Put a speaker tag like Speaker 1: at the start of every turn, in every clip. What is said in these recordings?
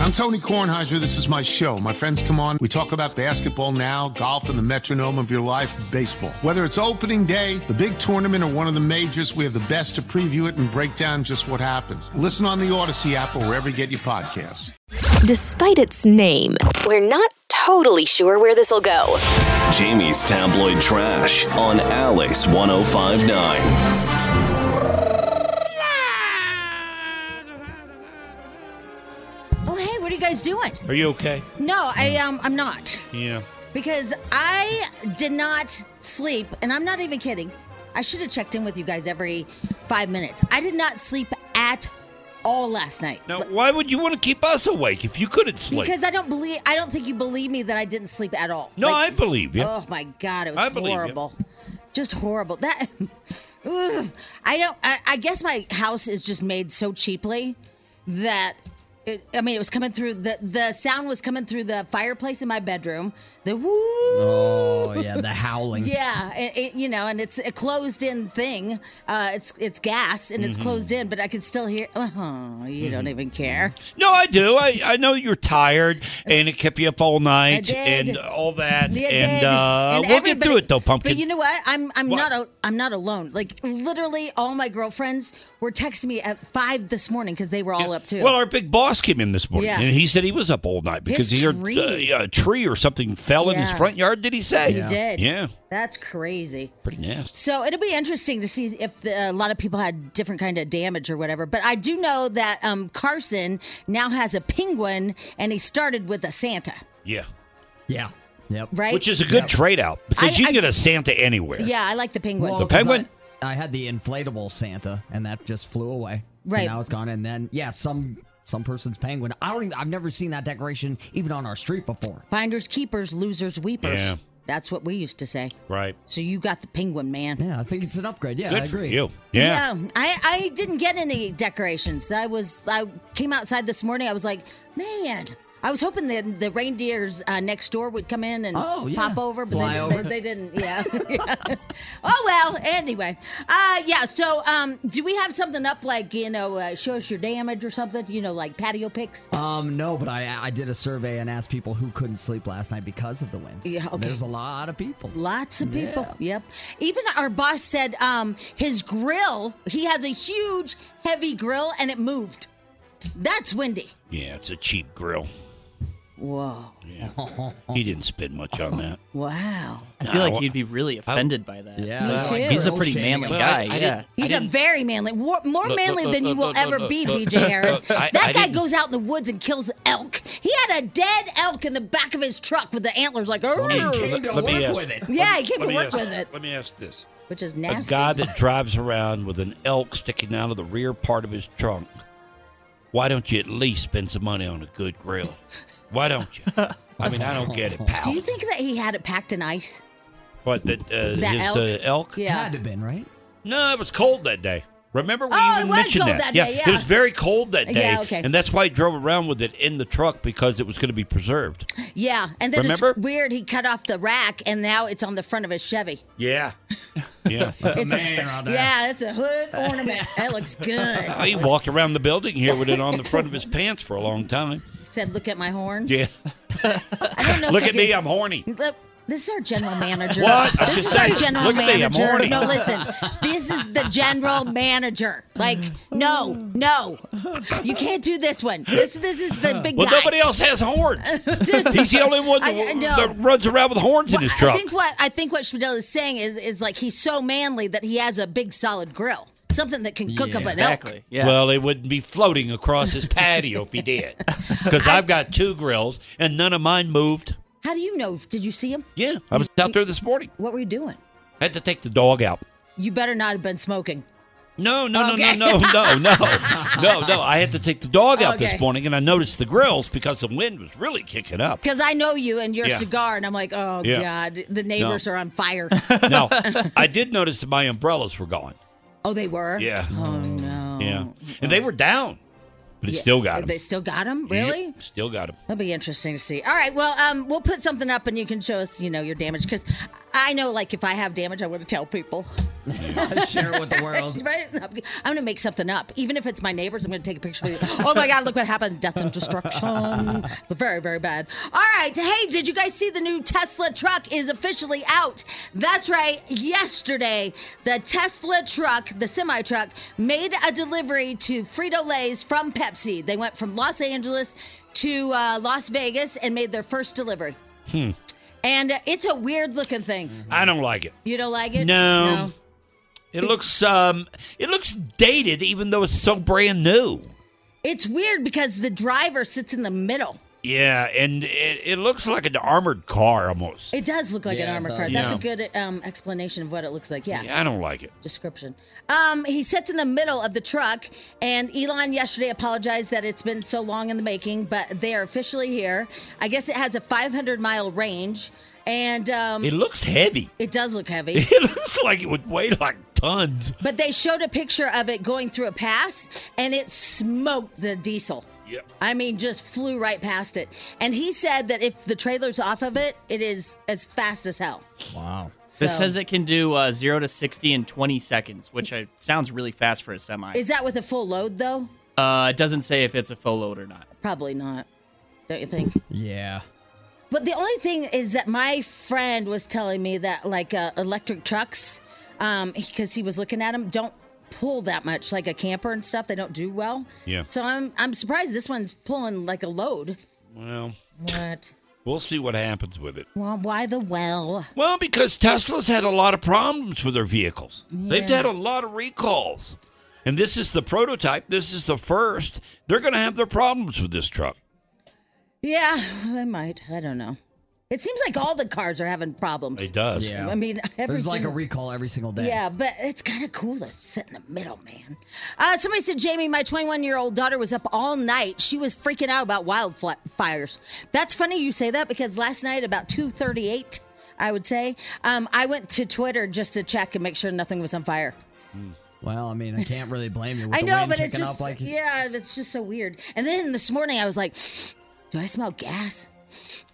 Speaker 1: I'm Tony Kornheiser. This is my show. My friends come on. We talk about basketball now, golf, and the metronome of your life, baseball. Whether it's opening day, the big tournament, or one of the majors, we have the best to preview it and break down just what happens. Listen on the Odyssey app or wherever you get your podcasts.
Speaker 2: Despite its name, we're not totally sure where this'll go.
Speaker 3: Jamie's tabloid trash on Alice 1059.
Speaker 4: Oh, hey, what are you guys doing?
Speaker 5: Are you okay?
Speaker 4: No, I um, I'm not
Speaker 5: Yeah.
Speaker 4: because I did not sleep, and I'm not even kidding. I should have checked in with you guys every five minutes. I did not sleep at all last night
Speaker 5: Now, why would you want to keep us awake if you couldn't sleep?
Speaker 4: because I don't believe. I don't think you believe me that I didn't sleep at all.
Speaker 5: no,
Speaker 4: Like,
Speaker 5: I believe you.
Speaker 4: Oh my god, it was
Speaker 5: I believe you.
Speaker 4: horrible. Just horrible. That Ugh. I don't I, I guess my house is just made so cheaply that it, I mean it was coming through the the sound was coming through the fireplace in my bedroom. The woo
Speaker 6: Oh, yeah, the howling.
Speaker 4: yeah, it, it- you know, and it's a closed in thing. Uh, it's it's gas and it's
Speaker 5: Mm-hmm.
Speaker 4: closed in, but I could still hear. Oh, you don't even care.
Speaker 5: no, I do. I, I know you're tired and it kept you up all night
Speaker 4: did.
Speaker 5: and all that.
Speaker 4: Yeah,
Speaker 5: and
Speaker 4: Dave,
Speaker 5: uh
Speaker 4: and
Speaker 5: we'll get
Speaker 4: everybody-
Speaker 5: through it though, pumpkin.
Speaker 4: But you know what? I'm I'm
Speaker 5: What?
Speaker 4: not a, I'm not alone. Like literally, all my girlfriends were texting me at five this morning because they were all up too.
Speaker 5: Well, our big boss came in this morning,
Speaker 4: Yeah.
Speaker 5: and he said he was up all night because
Speaker 4: His
Speaker 5: he heard
Speaker 4: tree.
Speaker 5: Uh, a tree or something fell in his
Speaker 4: Yeah.
Speaker 5: front yard. Did he say?
Speaker 4: He did.
Speaker 5: Yeah,
Speaker 4: that's crazy.
Speaker 5: pretty nasty.
Speaker 4: So it'll be interesting to see if the, a lot of people had different kind of damage or whatever. But I do know that um, Carson now has a penguin, and he started with a Santa,
Speaker 5: Yeah,
Speaker 6: Yeah. Yep.
Speaker 4: right?
Speaker 5: which is a good trade out because
Speaker 4: I-
Speaker 5: you can
Speaker 4: I-
Speaker 5: get a Santa anywhere.
Speaker 4: yeah, I like the penguin.
Speaker 6: Well,
Speaker 5: The
Speaker 6: 'cause
Speaker 5: penguin?
Speaker 6: I, I had the inflatable Santa, and that just flew away. So
Speaker 4: Right.
Speaker 6: now it's gone. And then, yeah, some some person's penguin. I don't. Even, I've never seen that decoration even on our street before.
Speaker 4: Finders keepers, losers weepers.
Speaker 5: Yeah.
Speaker 4: That's what we used to say.
Speaker 5: right.
Speaker 4: So you got the penguin, man.
Speaker 6: Yeah, I think it's an upgrade. Yeah, I
Speaker 5: Good for
Speaker 6: agree.
Speaker 5: you.
Speaker 4: Yeah. I, I didn't get any decorations. I was I came outside this morning. I was like, man, I was hoping the the reindeers uh, next door would come in and
Speaker 6: Oh, yeah.
Speaker 4: pop over, but
Speaker 6: Fly
Speaker 4: they,
Speaker 6: over.
Speaker 4: They, they didn't. Yeah. oh well. Anyway, uh, yeah. So um, do we have something up like you know uh, show us your damage or something? You know, like patio pics.
Speaker 6: Um, no, but I I did a survey and asked people who couldn't sleep last night because of the wind.
Speaker 4: Yeah,
Speaker 6: And
Speaker 4: okay.
Speaker 6: There's a lot of people.
Speaker 4: Lots of people.
Speaker 6: Yeah.
Speaker 4: Yep. Even our boss said um, his grill. He has a huge, heavy grill, and it moved. That's windy.
Speaker 5: Yeah, it's a cheap grill.
Speaker 4: Whoa.
Speaker 5: He didn't spend much on that.
Speaker 4: Wow.
Speaker 7: I feel like you'd be really offended by that.
Speaker 6: Yeah.
Speaker 4: Me
Speaker 6: like,
Speaker 4: too.
Speaker 7: He's a
Speaker 6: bull
Speaker 7: pretty
Speaker 6: shaming
Speaker 7: manly
Speaker 6: him.
Speaker 7: guy.
Speaker 5: I
Speaker 7: yeah.
Speaker 5: didn't-
Speaker 4: He's a very manly, more, more
Speaker 5: Look,
Speaker 4: manly
Speaker 5: look,
Speaker 4: than
Speaker 5: look,
Speaker 4: you will
Speaker 5: look,
Speaker 4: ever
Speaker 5: look,
Speaker 4: be,
Speaker 5: look.
Speaker 4: PJ Harris.
Speaker 5: I- I
Speaker 4: that guy
Speaker 5: didn't-
Speaker 4: goes out in the woods and kills elk. He had a dead elk in the back of his truck with the antlers like, "Arr!"
Speaker 6: came to work with it.
Speaker 4: yeah, he came to
Speaker 5: Let me
Speaker 4: work
Speaker 5: ask-
Speaker 4: with it,
Speaker 5: Let me ask this:
Speaker 4: which is
Speaker 5: a
Speaker 4: nasty.
Speaker 5: guy that drives around with an elk sticking out of the rear part of his trunk. Why don't you at least spend some money on a good grill? Why don't you? I mean, I don't get it, pal.
Speaker 4: Do you think that he had it packed in ice?
Speaker 5: What that uh,
Speaker 4: That
Speaker 5: his
Speaker 4: elk?
Speaker 5: Uh, elk?
Speaker 6: Had to have been right.
Speaker 5: No, it was cold that day. Remember
Speaker 4: Oh,
Speaker 5: we
Speaker 4: it
Speaker 5: even
Speaker 4: was
Speaker 5: mentioned
Speaker 4: cold
Speaker 5: that?
Speaker 4: that day,
Speaker 5: it
Speaker 4: yeah.
Speaker 5: was very cold that
Speaker 4: Yeah,
Speaker 5: day,
Speaker 4: okay.
Speaker 5: and that's why he drove around with it in the truck because it was going to be preserved.
Speaker 4: Yeah, and then
Speaker 5: Remember?
Speaker 4: it's weird. He cut off the rack, and now it's on the front of his Chevy.
Speaker 5: Yeah, yeah.
Speaker 4: it's
Speaker 6: man right there.
Speaker 4: yeah, it's a hood ornament. that looks good.
Speaker 5: he walked around the building here with it on the front of his pants for a long time.
Speaker 4: Said, "Look at my horns."
Speaker 5: Yeah,
Speaker 4: I don't know.
Speaker 5: look
Speaker 4: if I
Speaker 5: at me,
Speaker 4: can-
Speaker 5: I'm horny.
Speaker 4: Look, This is our general manager.
Speaker 5: What? I'm
Speaker 4: This
Speaker 5: just
Speaker 4: is our
Speaker 5: saying.
Speaker 4: general
Speaker 5: Look at me, I'm
Speaker 4: manager.
Speaker 5: horny.
Speaker 4: No, listen. This is the general manager. Like, no, no, you can't do this one. This, this is the big
Speaker 5: Well,
Speaker 4: guy.
Speaker 5: nobody else has horns. He's the only one that,
Speaker 4: I- I know.
Speaker 5: that runs around with horns in his
Speaker 4: I
Speaker 5: truck.
Speaker 4: think what I think what Schmidl is saying is is like he's so manly that he has a big solid grill, something that can cook up an elk.
Speaker 7: Exactly. Yeah.
Speaker 5: Well, it wouldn't be floating across his patio if he did, because I've got two grills and none of mine moved.
Speaker 4: How do you know? Did you see him?
Speaker 5: Yeah, I was out there this morning.
Speaker 4: What were you doing?
Speaker 5: I had to take the dog out.
Speaker 4: You better not have been smoking.
Speaker 5: No, no,
Speaker 4: Okay.
Speaker 5: no, no, no, no, no, no, no. I had to take the dog out
Speaker 4: Okay.
Speaker 5: this morning, and I noticed the grills because the wind was really kicking up.
Speaker 4: Because I know you and your
Speaker 5: Yeah.
Speaker 4: cigar, and I'm like, oh
Speaker 5: Yeah.
Speaker 4: god, the neighbors
Speaker 5: No.
Speaker 4: are on fire.
Speaker 5: No, I did notice that my umbrellas were gone.
Speaker 4: oh, they were.
Speaker 5: Yeah,
Speaker 4: Oh no.
Speaker 5: yeah, and they were down, but it
Speaker 4: Yeah.
Speaker 5: still got them.
Speaker 4: They still got them. Really?
Speaker 5: still got them.
Speaker 4: That'll be interesting to see. All right, well, um, we'll put something up and you can show us, you know, your damage because I know, like, if I have damage, I want to tell people.
Speaker 6: Share it with the world.
Speaker 4: Right? I'm going to make something up, even if it's my neighbors. I'm going to take a picture. Of it. Oh my God! Look what happened! Death and destruction. It's very, very bad. All right. Hey, did you guys see the new Tesla truck is officially out? That's right. Yesterday, the Tesla truck, the semi truck, made a delivery to Frito Lay's from Pepsi. They went from Los Angeles to uh, Las Vegas and made their first delivery. And it's a weird looking thing.
Speaker 5: I don't like it.
Speaker 4: You don't like it?
Speaker 5: No. It looks um, it looks dated, even though it's so brand new.
Speaker 4: It's weird because the driver sits in the middle.
Speaker 5: Yeah, and it, it looks like an armored car almost.
Speaker 4: It does look like an
Speaker 6: Yeah, it
Speaker 4: armored
Speaker 6: does.
Speaker 4: car. That's a
Speaker 5: Yeah.
Speaker 4: good um, explanation of what it looks like. Yeah.
Speaker 5: I don't like it.
Speaker 4: Description. Um, he sits in the middle of the truck, and Elon yesterday apologized that it's been so long in the making, but they are officially here. I guess it has a 500 mile range, and um,
Speaker 5: It looks heavy.
Speaker 4: it does look heavy.
Speaker 5: It looks like it would weigh like tons.
Speaker 4: but they showed a picture of it going through a pass, and it smoked the diesel.
Speaker 5: Yep.
Speaker 4: I mean, just flew right past it. And he said that if the trailer's off of it, it is as fast as hell.
Speaker 6: Wow.
Speaker 4: So-
Speaker 7: This says it can do uh, zero to sixty in twenty seconds, which I, sounds really fast for a semi.
Speaker 4: Is that with a full load though?
Speaker 7: uh, it doesn't say if it's a full load or not.
Speaker 4: Probably not. Don't you think?
Speaker 6: Yeah.
Speaker 4: But the only thing is that my friend was telling me that like uh, electric trucks, um, because he was looking at them, don't pull that much, like a camper and stuff. They don't do well.
Speaker 5: Yeah.
Speaker 4: So I'm I'm surprised this one's pulling like a load.
Speaker 5: Well,
Speaker 4: What?
Speaker 5: we'll see what happens with it.
Speaker 4: Well, why the well?
Speaker 5: Well, because Tesla's had a lot of problems with their vehicles. They've had a lot of recalls. And this is the prototype. This is the first. They're going to have their problems with this truck.
Speaker 4: Yeah, they might. I don't know. It seems like all the cars are having problems.
Speaker 5: It does.
Speaker 6: Yeah.
Speaker 4: I mean, every
Speaker 6: There's like a
Speaker 4: single-
Speaker 6: recall every single day.
Speaker 4: Yeah, but it's kind of cool to sit in the middle, man. Uh, somebody said, Jamie, my 21 year old daughter was up all night. She was freaking out about wildfires. That's funny you say that because last night about 2:38, I would say, um, I went to Twitter just to check and make sure nothing was on fire.
Speaker 6: Well, I mean, I can't really blame you. With
Speaker 4: I
Speaker 6: the
Speaker 4: know,
Speaker 6: wind
Speaker 4: but it's
Speaker 6: kicking
Speaker 4: just
Speaker 6: up like
Speaker 4: yeah, it's just so weird. And then this morning I was like, do I smell gas?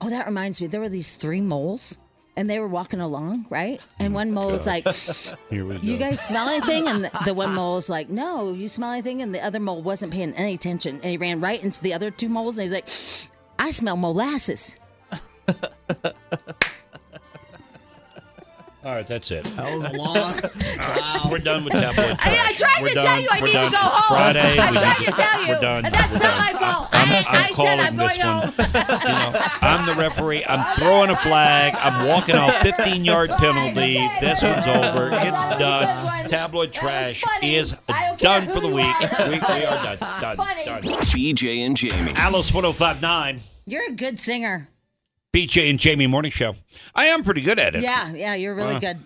Speaker 4: Oh, that reminds me. There were these three moles, and they were walking along, right? And one mole was like,
Speaker 5: Here we
Speaker 4: "You guys smell anything?" And the, the one mole was like, "No, you smell anything?" And the other mole wasn't paying any attention, and he ran right into the other two moles, and he's like, "I smell molasses."
Speaker 5: All right, that's it.
Speaker 6: that was long.
Speaker 5: We're done with tabloid trash.
Speaker 4: I, I tried
Speaker 5: We're
Speaker 4: to
Speaker 5: done.
Speaker 4: tell you I
Speaker 5: We're
Speaker 4: need
Speaker 5: done.
Speaker 4: to go home.
Speaker 5: Friday.
Speaker 4: I
Speaker 5: we-
Speaker 4: tried to tell you,
Speaker 5: We're done.
Speaker 4: and that's
Speaker 5: We're
Speaker 4: not
Speaker 5: done.
Speaker 4: my fault.
Speaker 5: I'm,
Speaker 4: I,
Speaker 5: I'm
Speaker 4: I said
Speaker 5: calling
Speaker 4: I'm
Speaker 5: this
Speaker 4: going home.
Speaker 5: one. You know, I'm the referee. I'm throwing a flag. I'm walking off 15 yard penalty. This one's over.
Speaker 4: That was a
Speaker 5: It's
Speaker 4: good one.
Speaker 5: done.
Speaker 4: That was
Speaker 5: Tabloid trash
Speaker 4: funny.
Speaker 5: is
Speaker 4: I don't care
Speaker 5: done for
Speaker 4: who
Speaker 5: the
Speaker 4: you
Speaker 5: week.
Speaker 4: are.
Speaker 5: We, we are done. Done.
Speaker 4: Funny.
Speaker 5: Done.
Speaker 3: BJ and Jamie.
Speaker 5: Alice 1059.
Speaker 4: You're a good singer.
Speaker 5: BJ and Jamie Morning Show. I am pretty good at it.
Speaker 4: Yeah, yeah, you're really good.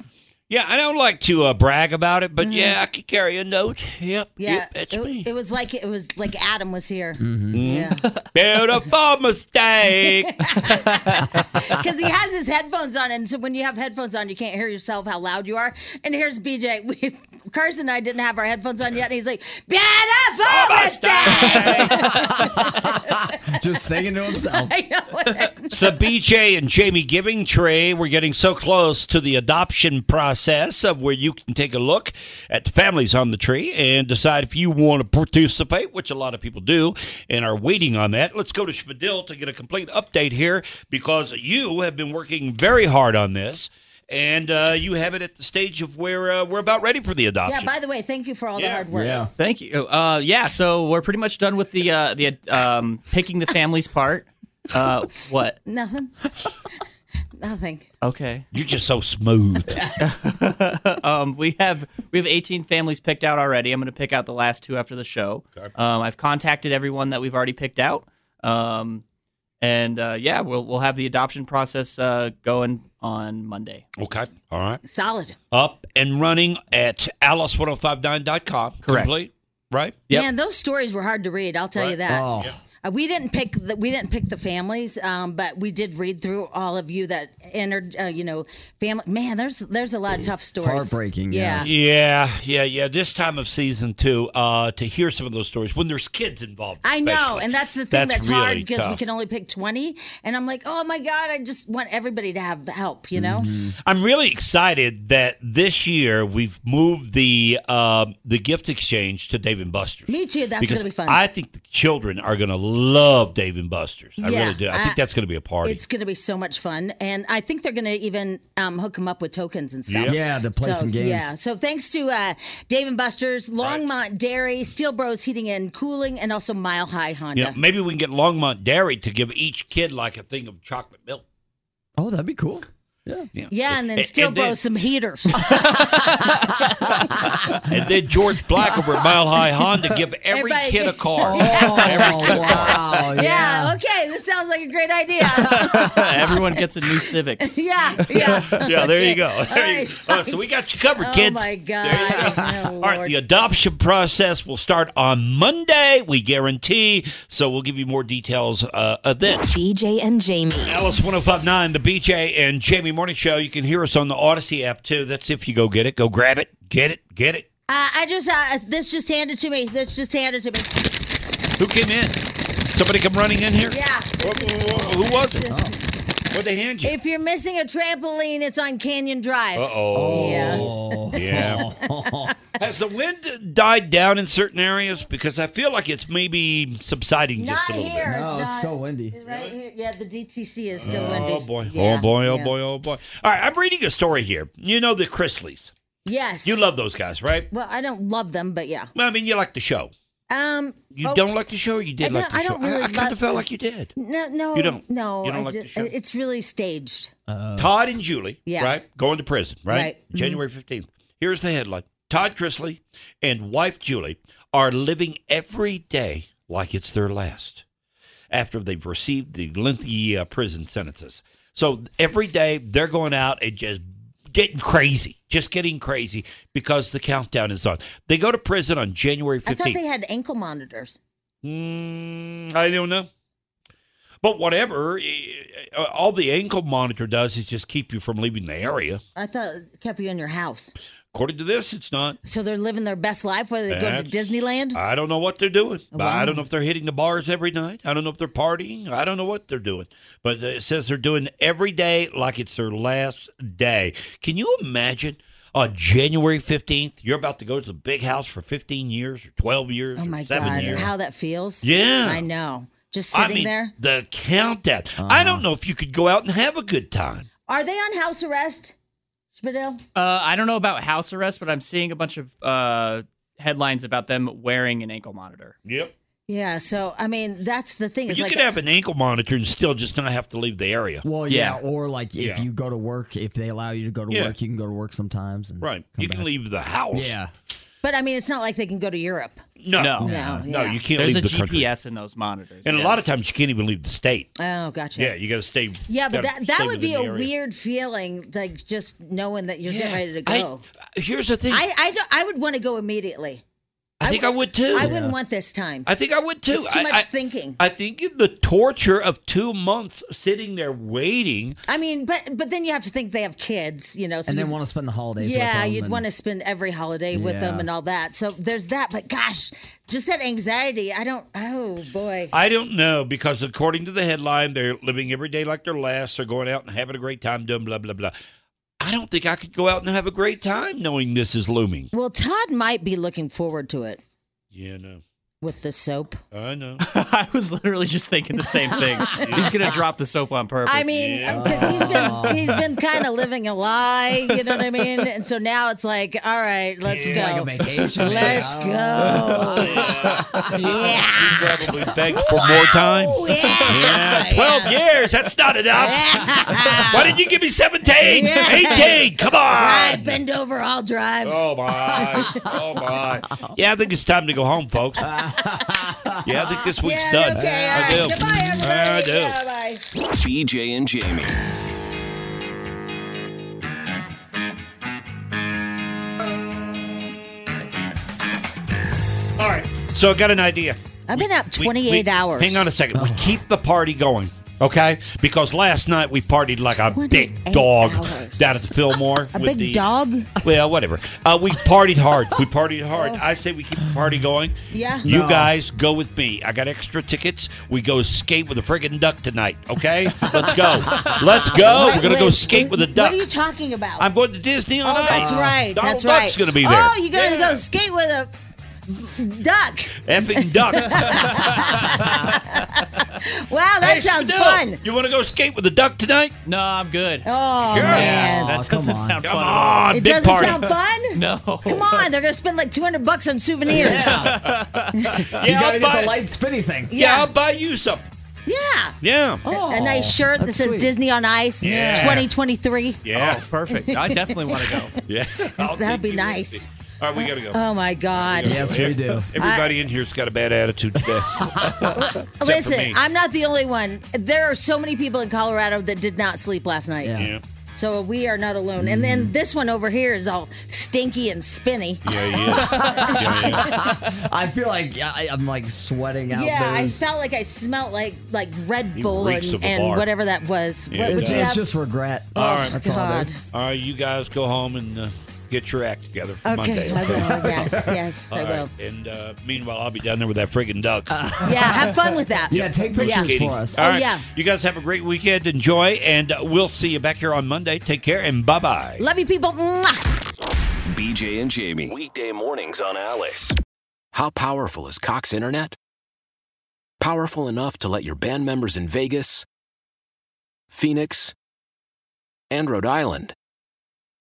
Speaker 5: Yeah, I don't like to uh, brag about it, but yeah, I could carry a note. Yep.
Speaker 4: Mm-hmm. Yeah,
Speaker 5: Yep, that's
Speaker 4: it,
Speaker 5: me.
Speaker 4: it was like it was like Adam was here.
Speaker 6: Mm-hmm.
Speaker 4: Yeah,
Speaker 5: Beautiful mistake.
Speaker 4: because he has his headphones on, and so when you have headphones on, you can't hear yourself how loud you are. And here's BJ. We, Carson and I didn't have our headphones on yet, and he's like, "Beautiful mistake."
Speaker 6: just singing to himself.
Speaker 4: I know. it.
Speaker 5: It's the BJ and Jamie Giving Tree. We're getting so close to the adoption process of where you can take a look at the families on the tree and decide if you want to participate, which a lot of people do and are waiting on that. Let's go to Schmidil to get a complete update here because you have been working very hard on this and uh, you have it at the stage of where uh, we're about ready for the
Speaker 4: Yeah.
Speaker 5: adoption.
Speaker 4: By the way, thank you for all the hard work.
Speaker 6: Yeah.
Speaker 7: Thank you. Uh, yeah, so we're pretty much done with the uh, the um, picking the families part. Uh, what?
Speaker 4: Nothing. Nothing.
Speaker 7: Okay.
Speaker 5: You're just so smooth.
Speaker 7: Um, we have we have 18 families picked out already. I'm going to pick out the Uh, last two after the show. Um, I've contacted everyone that we've already picked out. Um, And uh, yeah, we'll we'll have the adoption process uh, going on Monday.
Speaker 5: Okay. All right.
Speaker 4: Solid.
Speaker 5: Up and running at alice1059.com.
Speaker 7: Correct.
Speaker 5: Complete. Right?
Speaker 7: Yep.
Speaker 4: Man, those stories were hard to read. I'll tell you that.
Speaker 6: Oh,
Speaker 4: Uh, we didn't pick the we didn't pick the families, um, but we did read through all of you that entered. Uh, you know, family. Man, there's there's a lot of tough stories.
Speaker 6: Heartbreaking, yeah.
Speaker 5: Yeah, yeah, yeah. This time of season too, uh, to hear some of those stories when there's kids involved.
Speaker 4: I know,
Speaker 5: especially.
Speaker 4: and that's the thing that's,
Speaker 5: really
Speaker 4: hard because we
Speaker 5: tough.
Speaker 4: can only pick twenty. And I'm like, oh my god, I just want everybody to have help. You know,
Speaker 6: Mm-hmm.
Speaker 5: I'm really excited that this year we've moved the uh, the gift exchange to Dave and Buster's.
Speaker 4: me too. That's
Speaker 5: because
Speaker 4: gonna be fun.
Speaker 5: I think the children are going to love Dave and Buster's. I
Speaker 4: Yeah,
Speaker 5: really do. I,
Speaker 4: I-
Speaker 5: think that's going to be a party.
Speaker 4: it's going to be so much fun, and I think they're going to even um, hook them up with tokens and stuff.
Speaker 6: Yeah, to play
Speaker 4: so,
Speaker 6: some games.
Speaker 4: Yeah. So thanks to uh, Dave and Buster's, Longmont Dairy, Steel Bros Heating and Cooling, and also Mile High Honda.
Speaker 5: You know, maybe we can get Longmont Dairy to give each kid like a thing of chocolate milk.
Speaker 6: Oh, that'd be cool.
Speaker 4: Yeah, and then
Speaker 5: And-
Speaker 4: Steel
Speaker 5: and
Speaker 4: Bros
Speaker 5: then-
Speaker 4: some heaters.
Speaker 5: And then George Black over at Mile High Honda give every
Speaker 4: Everybody-
Speaker 5: kid a car.
Speaker 6: Oh, wow. Yeah.
Speaker 4: yeah. Okay. This sounds like a great idea.
Speaker 7: Everyone gets a new Civic.
Speaker 4: yeah. Yeah.
Speaker 5: Yeah, there you go.
Speaker 4: All
Speaker 5: There you
Speaker 4: right,
Speaker 5: go. Oh, so we got you covered,
Speaker 4: Oh
Speaker 5: kids.
Speaker 4: my God. Oh,
Speaker 5: All right,
Speaker 4: Lord.
Speaker 5: the adoption process will start on Monday, we guarantee. So we'll give you more details uh, of this.
Speaker 2: BJ and Jamie.
Speaker 5: Alice 1059, the BJ and Jamie Morning Show. You can hear us on the Odyssey app too. That's if you go get it. Go grab it, get it, get it.
Speaker 4: Uh, I just uh, this just handed to me. This just handed to me.
Speaker 5: Who came in? Somebody come running in here?
Speaker 4: Yeah.
Speaker 5: Whoa, whoa, whoa, Who was it? Oh. What'd they hand you?
Speaker 4: If you're missing a trampoline, it's on Canyon Drive.
Speaker 5: oh.
Speaker 4: Yeah.
Speaker 5: Yeah. Has the wind died down in certain areas? Because I feel like it's maybe subsiding
Speaker 4: Not
Speaker 5: just a little bit.
Speaker 4: here.
Speaker 6: Oh,
Speaker 4: it's
Speaker 6: it's
Speaker 4: not.
Speaker 6: so windy.
Speaker 4: Right here, yeah, the DTC is still windy.
Speaker 5: Oh boy!
Speaker 4: Yeah,
Speaker 5: Oh boy! Oh
Speaker 4: yeah.
Speaker 5: boy! Oh boy! All right, I'm reading a story here. You know the Chrisleys.
Speaker 4: Yes,
Speaker 5: You love those guys, right?
Speaker 4: Well, I don't love them, but yeah.
Speaker 5: Well, I mean, you like the show.
Speaker 4: Um,
Speaker 5: You
Speaker 4: oh,
Speaker 5: don't like the show. Or you
Speaker 4: I
Speaker 5: did like the
Speaker 4: don't- I
Speaker 5: show.
Speaker 4: don't really
Speaker 5: I, kind
Speaker 4: love-
Speaker 5: of felt like you did.
Speaker 4: No, no,
Speaker 5: You don't-
Speaker 4: No,
Speaker 5: you don't
Speaker 4: I
Speaker 5: like
Speaker 4: ju-
Speaker 5: the show?
Speaker 4: it's really staged.
Speaker 5: Todd and Julie,
Speaker 4: Uh, Yeah.
Speaker 5: right, going to prison, right?
Speaker 4: Right. Mhm.
Speaker 5: January 15th. Here's the headline: Todd Chrisley and wife Julie are living every day like it's their last, after they've received the lengthy uh, prison sentences. So every day they're going out and just getting crazy, just getting crazy because the countdown is on. They go to prison on January 15th.
Speaker 4: I thought they had ankle monitors.
Speaker 5: Mm, I don't know. But whatever, eh, eh, all the ankle monitor does is just keep you from leaving the area.
Speaker 4: I thought it kept you in your house.
Speaker 5: According to this, it's not.
Speaker 4: So they're living their best life, whether they go to
Speaker 5: That's-
Speaker 4: Disneyland.
Speaker 5: I don't know what they're doing. I
Speaker 4: Wow.
Speaker 5: don't know if they're hitting the bars every night. I don't know if they're partying. I don't know what they're doing. But it says they're doing every day like it's their last day. Can you imagine on January 15th, you're about to go to the big house for 15 years or 12 years
Speaker 4: oh
Speaker 5: or
Speaker 4: my
Speaker 5: 7
Speaker 4: god,
Speaker 5: years?
Speaker 4: how that feels.
Speaker 5: Yeah.
Speaker 4: I know. Just sitting
Speaker 5: I mean,
Speaker 4: there. Uh-huh.
Speaker 5: the countdown. I don't know if you could go out and have a good time.
Speaker 4: Are they on house arrest, Spadil?
Speaker 7: Uh, I don't know about house arrest, but I'm seeing a bunch of uh, headlines about them wearing an ankle monitor.
Speaker 5: Yep.
Speaker 4: Yeah. So I mean, that's the thing. It's
Speaker 5: you
Speaker 4: like
Speaker 5: could have an ankle monitor and still just not have to leave the area.
Speaker 6: Well, yeah,
Speaker 7: Yeah.
Speaker 6: Or like if
Speaker 5: Yeah.
Speaker 6: you go to work, if they allow you to go to
Speaker 5: Yeah.
Speaker 6: work, you can go to work sometimes. And
Speaker 5: Right.
Speaker 6: come
Speaker 5: you can
Speaker 6: back.
Speaker 5: leave the house.
Speaker 6: Yeah.
Speaker 4: But I mean, it's not like they can go to Europe.
Speaker 5: No.
Speaker 7: No.
Speaker 4: No,
Speaker 5: No,
Speaker 4: yeah.
Speaker 5: you can't
Speaker 7: There's a
Speaker 5: leave the
Speaker 7: GPS
Speaker 5: country.
Speaker 7: in those monitors.
Speaker 5: And
Speaker 7: yeah.
Speaker 5: a lot of times you can't even leave the state.
Speaker 4: Oh, gotcha.
Speaker 5: Yeah, you got to stay.
Speaker 4: Yeah, but
Speaker 5: gotta
Speaker 4: that that
Speaker 5: stay
Speaker 4: would be a
Speaker 5: within the area.
Speaker 4: weird feeling, like just knowing that you're getting
Speaker 5: Yeah.
Speaker 4: ready to
Speaker 5: I-
Speaker 4: go.
Speaker 5: here's the thing.
Speaker 4: I
Speaker 5: I,
Speaker 4: I, don't, I would want to go immediately.
Speaker 5: think I, would too.
Speaker 4: I wouldn't want this time.
Speaker 5: I think Uh. I would too.
Speaker 4: It's too
Speaker 5: I-
Speaker 4: much
Speaker 5: I-
Speaker 4: thinking.
Speaker 5: I think the torture of two months sitting there waiting.
Speaker 4: I mean, but but then you have to think they have kids, you know. So
Speaker 6: And
Speaker 4: you-
Speaker 6: then want to spend the holidays. with
Speaker 4: yeah,
Speaker 6: them
Speaker 4: you'd
Speaker 6: and-
Speaker 4: want to spend every holiday with them
Speaker 6: Yeah.
Speaker 4: and all that. So there's that. But gosh, just that anxiety. I don't. Oh boy.
Speaker 5: I don't know because according to the headline, they're living every day like their last. They're going out and having a great time, doing blah blah blah. I don't think I could go out and have a great time knowing this is looming.
Speaker 4: well, Todd might be looking forward to it
Speaker 5: Yeah, no,
Speaker 4: with the soap.
Speaker 5: I know.
Speaker 7: I was literally just thinking the same thing. He's gonna drop the soap on purpose.
Speaker 4: I mean, because he's been he's been kind of living a lie, you know what I mean? And so now it's like, all right, let's
Speaker 6: It's
Speaker 4: go.
Speaker 6: like a vacation.
Speaker 4: Let's
Speaker 6: Yeah.
Speaker 4: go.
Speaker 5: You
Speaker 4: Yeah.
Speaker 5: probably begged for more time. Yeah, twelve years. That's not enough. Why didn't you give me seventeen,
Speaker 4: Yeah.
Speaker 5: eighteen? Come on.
Speaker 4: I bend over, I'll drive.
Speaker 5: Oh my! Oh my! Yeah, I think it's time to go home, folks. Yeah, I think this week's
Speaker 4: yeah,
Speaker 5: done.
Speaker 4: Okay, all
Speaker 5: I
Speaker 4: right.
Speaker 5: do.
Speaker 4: Goodbye, everybody.
Speaker 5: I do.
Speaker 4: Yeah, bye.
Speaker 3: BJ and Jamie.
Speaker 5: All right. So I got an idea.
Speaker 4: I've
Speaker 5: We-
Speaker 4: been up
Speaker 5: we-
Speaker 4: 28
Speaker 5: we-
Speaker 4: hours. Oh.
Speaker 5: Hang on a second. We keep the party going, okay? Because last night we partied like a big dog
Speaker 4: 28 hours.
Speaker 5: down at the Fillmore.
Speaker 4: A
Speaker 5: with
Speaker 4: big
Speaker 5: the-
Speaker 4: dog?
Speaker 5: Well, whatever. Uh, we partied hard. We partied hard. I say we keep the party going.
Speaker 4: Yeah.
Speaker 5: You guys go with me. I got extra tickets. We go skate with a friggin' duck tonight, okay? Let's go. Let's go.
Speaker 4: Wait,
Speaker 5: Oh, We're going to go
Speaker 4: wait,
Speaker 5: skate with a
Speaker 4: What
Speaker 5: duck.
Speaker 4: are you talking about?
Speaker 5: I'm going to Disney on
Speaker 4: oh,
Speaker 5: Ice.
Speaker 4: that's right.
Speaker 5: Donald
Speaker 4: that's
Speaker 5: Duck's
Speaker 4: right.
Speaker 5: going to be there.
Speaker 4: Oh, you got to
Speaker 5: Yeah.
Speaker 4: go skate with a duck.
Speaker 5: Effing duck.
Speaker 4: Wow, that
Speaker 5: Hey,
Speaker 4: sounds
Speaker 5: Spadil,
Speaker 4: fun.
Speaker 5: You want to go skate with the duck tonight?
Speaker 7: No, I'm good.
Speaker 4: Oh, man.
Speaker 7: that doesn't
Speaker 6: on.
Speaker 7: sound
Speaker 5: Come
Speaker 7: fun.
Speaker 5: on,
Speaker 4: It
Speaker 5: Ah, big
Speaker 4: doesn't
Speaker 5: party.
Speaker 4: sound fun?
Speaker 7: No.
Speaker 4: Come on, they're going to spend like 200 bucks on souvenirs. Yeah.
Speaker 5: yeah,
Speaker 6: gotta
Speaker 5: I'll
Speaker 6: get the
Speaker 5: buy,
Speaker 6: light spinny thing.
Speaker 5: yeah, I'll buy you Oh. something. Yeah,
Speaker 4: a nice shirt that
Speaker 6: that's
Speaker 4: says
Speaker 6: sweet.
Speaker 4: Disney on Ice
Speaker 5: Yeah.
Speaker 4: 2023.
Speaker 5: yeah,
Speaker 7: Oh, perfect. I definitely want to go.
Speaker 5: yeah. I'll
Speaker 4: That'd
Speaker 5: take
Speaker 4: be
Speaker 5: you with
Speaker 4: nice.
Speaker 5: me. All right, we gotta go.
Speaker 4: Oh, my God.
Speaker 6: Yes, we do.
Speaker 5: Everybody in here's got a bad attitude today.
Speaker 4: Listen,
Speaker 5: me.
Speaker 4: I'm not the only one. There are so many people in Colorado that did not sleep last night.
Speaker 6: Yeah.
Speaker 5: yeah,
Speaker 4: So we are not alone. And
Speaker 5: Mm.
Speaker 4: then this one over here is all stinky and spinny.
Speaker 5: yeah, he is. Yeah, he is.
Speaker 6: I feel like I, I'm like sweating out.
Speaker 4: Yeah, I
Speaker 6: those.
Speaker 4: felt like I smelled like like Red Bull
Speaker 5: reeks
Speaker 4: and,
Speaker 5: of a
Speaker 4: and
Speaker 5: bar.
Speaker 4: whatever that was.
Speaker 5: Yeah,
Speaker 4: What
Speaker 5: it
Speaker 4: would
Speaker 6: It's,
Speaker 4: you
Speaker 6: it's
Speaker 4: have?
Speaker 6: just regret.
Speaker 4: oh,
Speaker 6: That's all it
Speaker 4: God.
Speaker 6: is.
Speaker 5: All right, you guys go home and uh, get your act together for
Speaker 4: Okay,
Speaker 5: Monday.
Speaker 4: I will. Yes, yes, I
Speaker 5: All
Speaker 4: will. Uh,
Speaker 5: right, and uh, meanwhile, I'll be down there with that friggin' duck.
Speaker 4: Yeah, have fun with that.
Speaker 6: Yeah, take pictures
Speaker 5: Katie.
Speaker 6: for us.
Speaker 5: All
Speaker 4: Oh,
Speaker 5: right,
Speaker 4: yeah.
Speaker 5: you guys have a great weekend. Enjoy, and uh, we'll see you back here on Monday. Take care, and bye bye.
Speaker 4: Love you, people. Mwah.
Speaker 3: BJ and Jamie. Weekday mornings on Alice.
Speaker 8: How powerful is Cox Internet? Powerful enough to let your band members in Vegas, Phoenix, and Rhode Island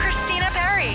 Speaker 9: Christina Perry.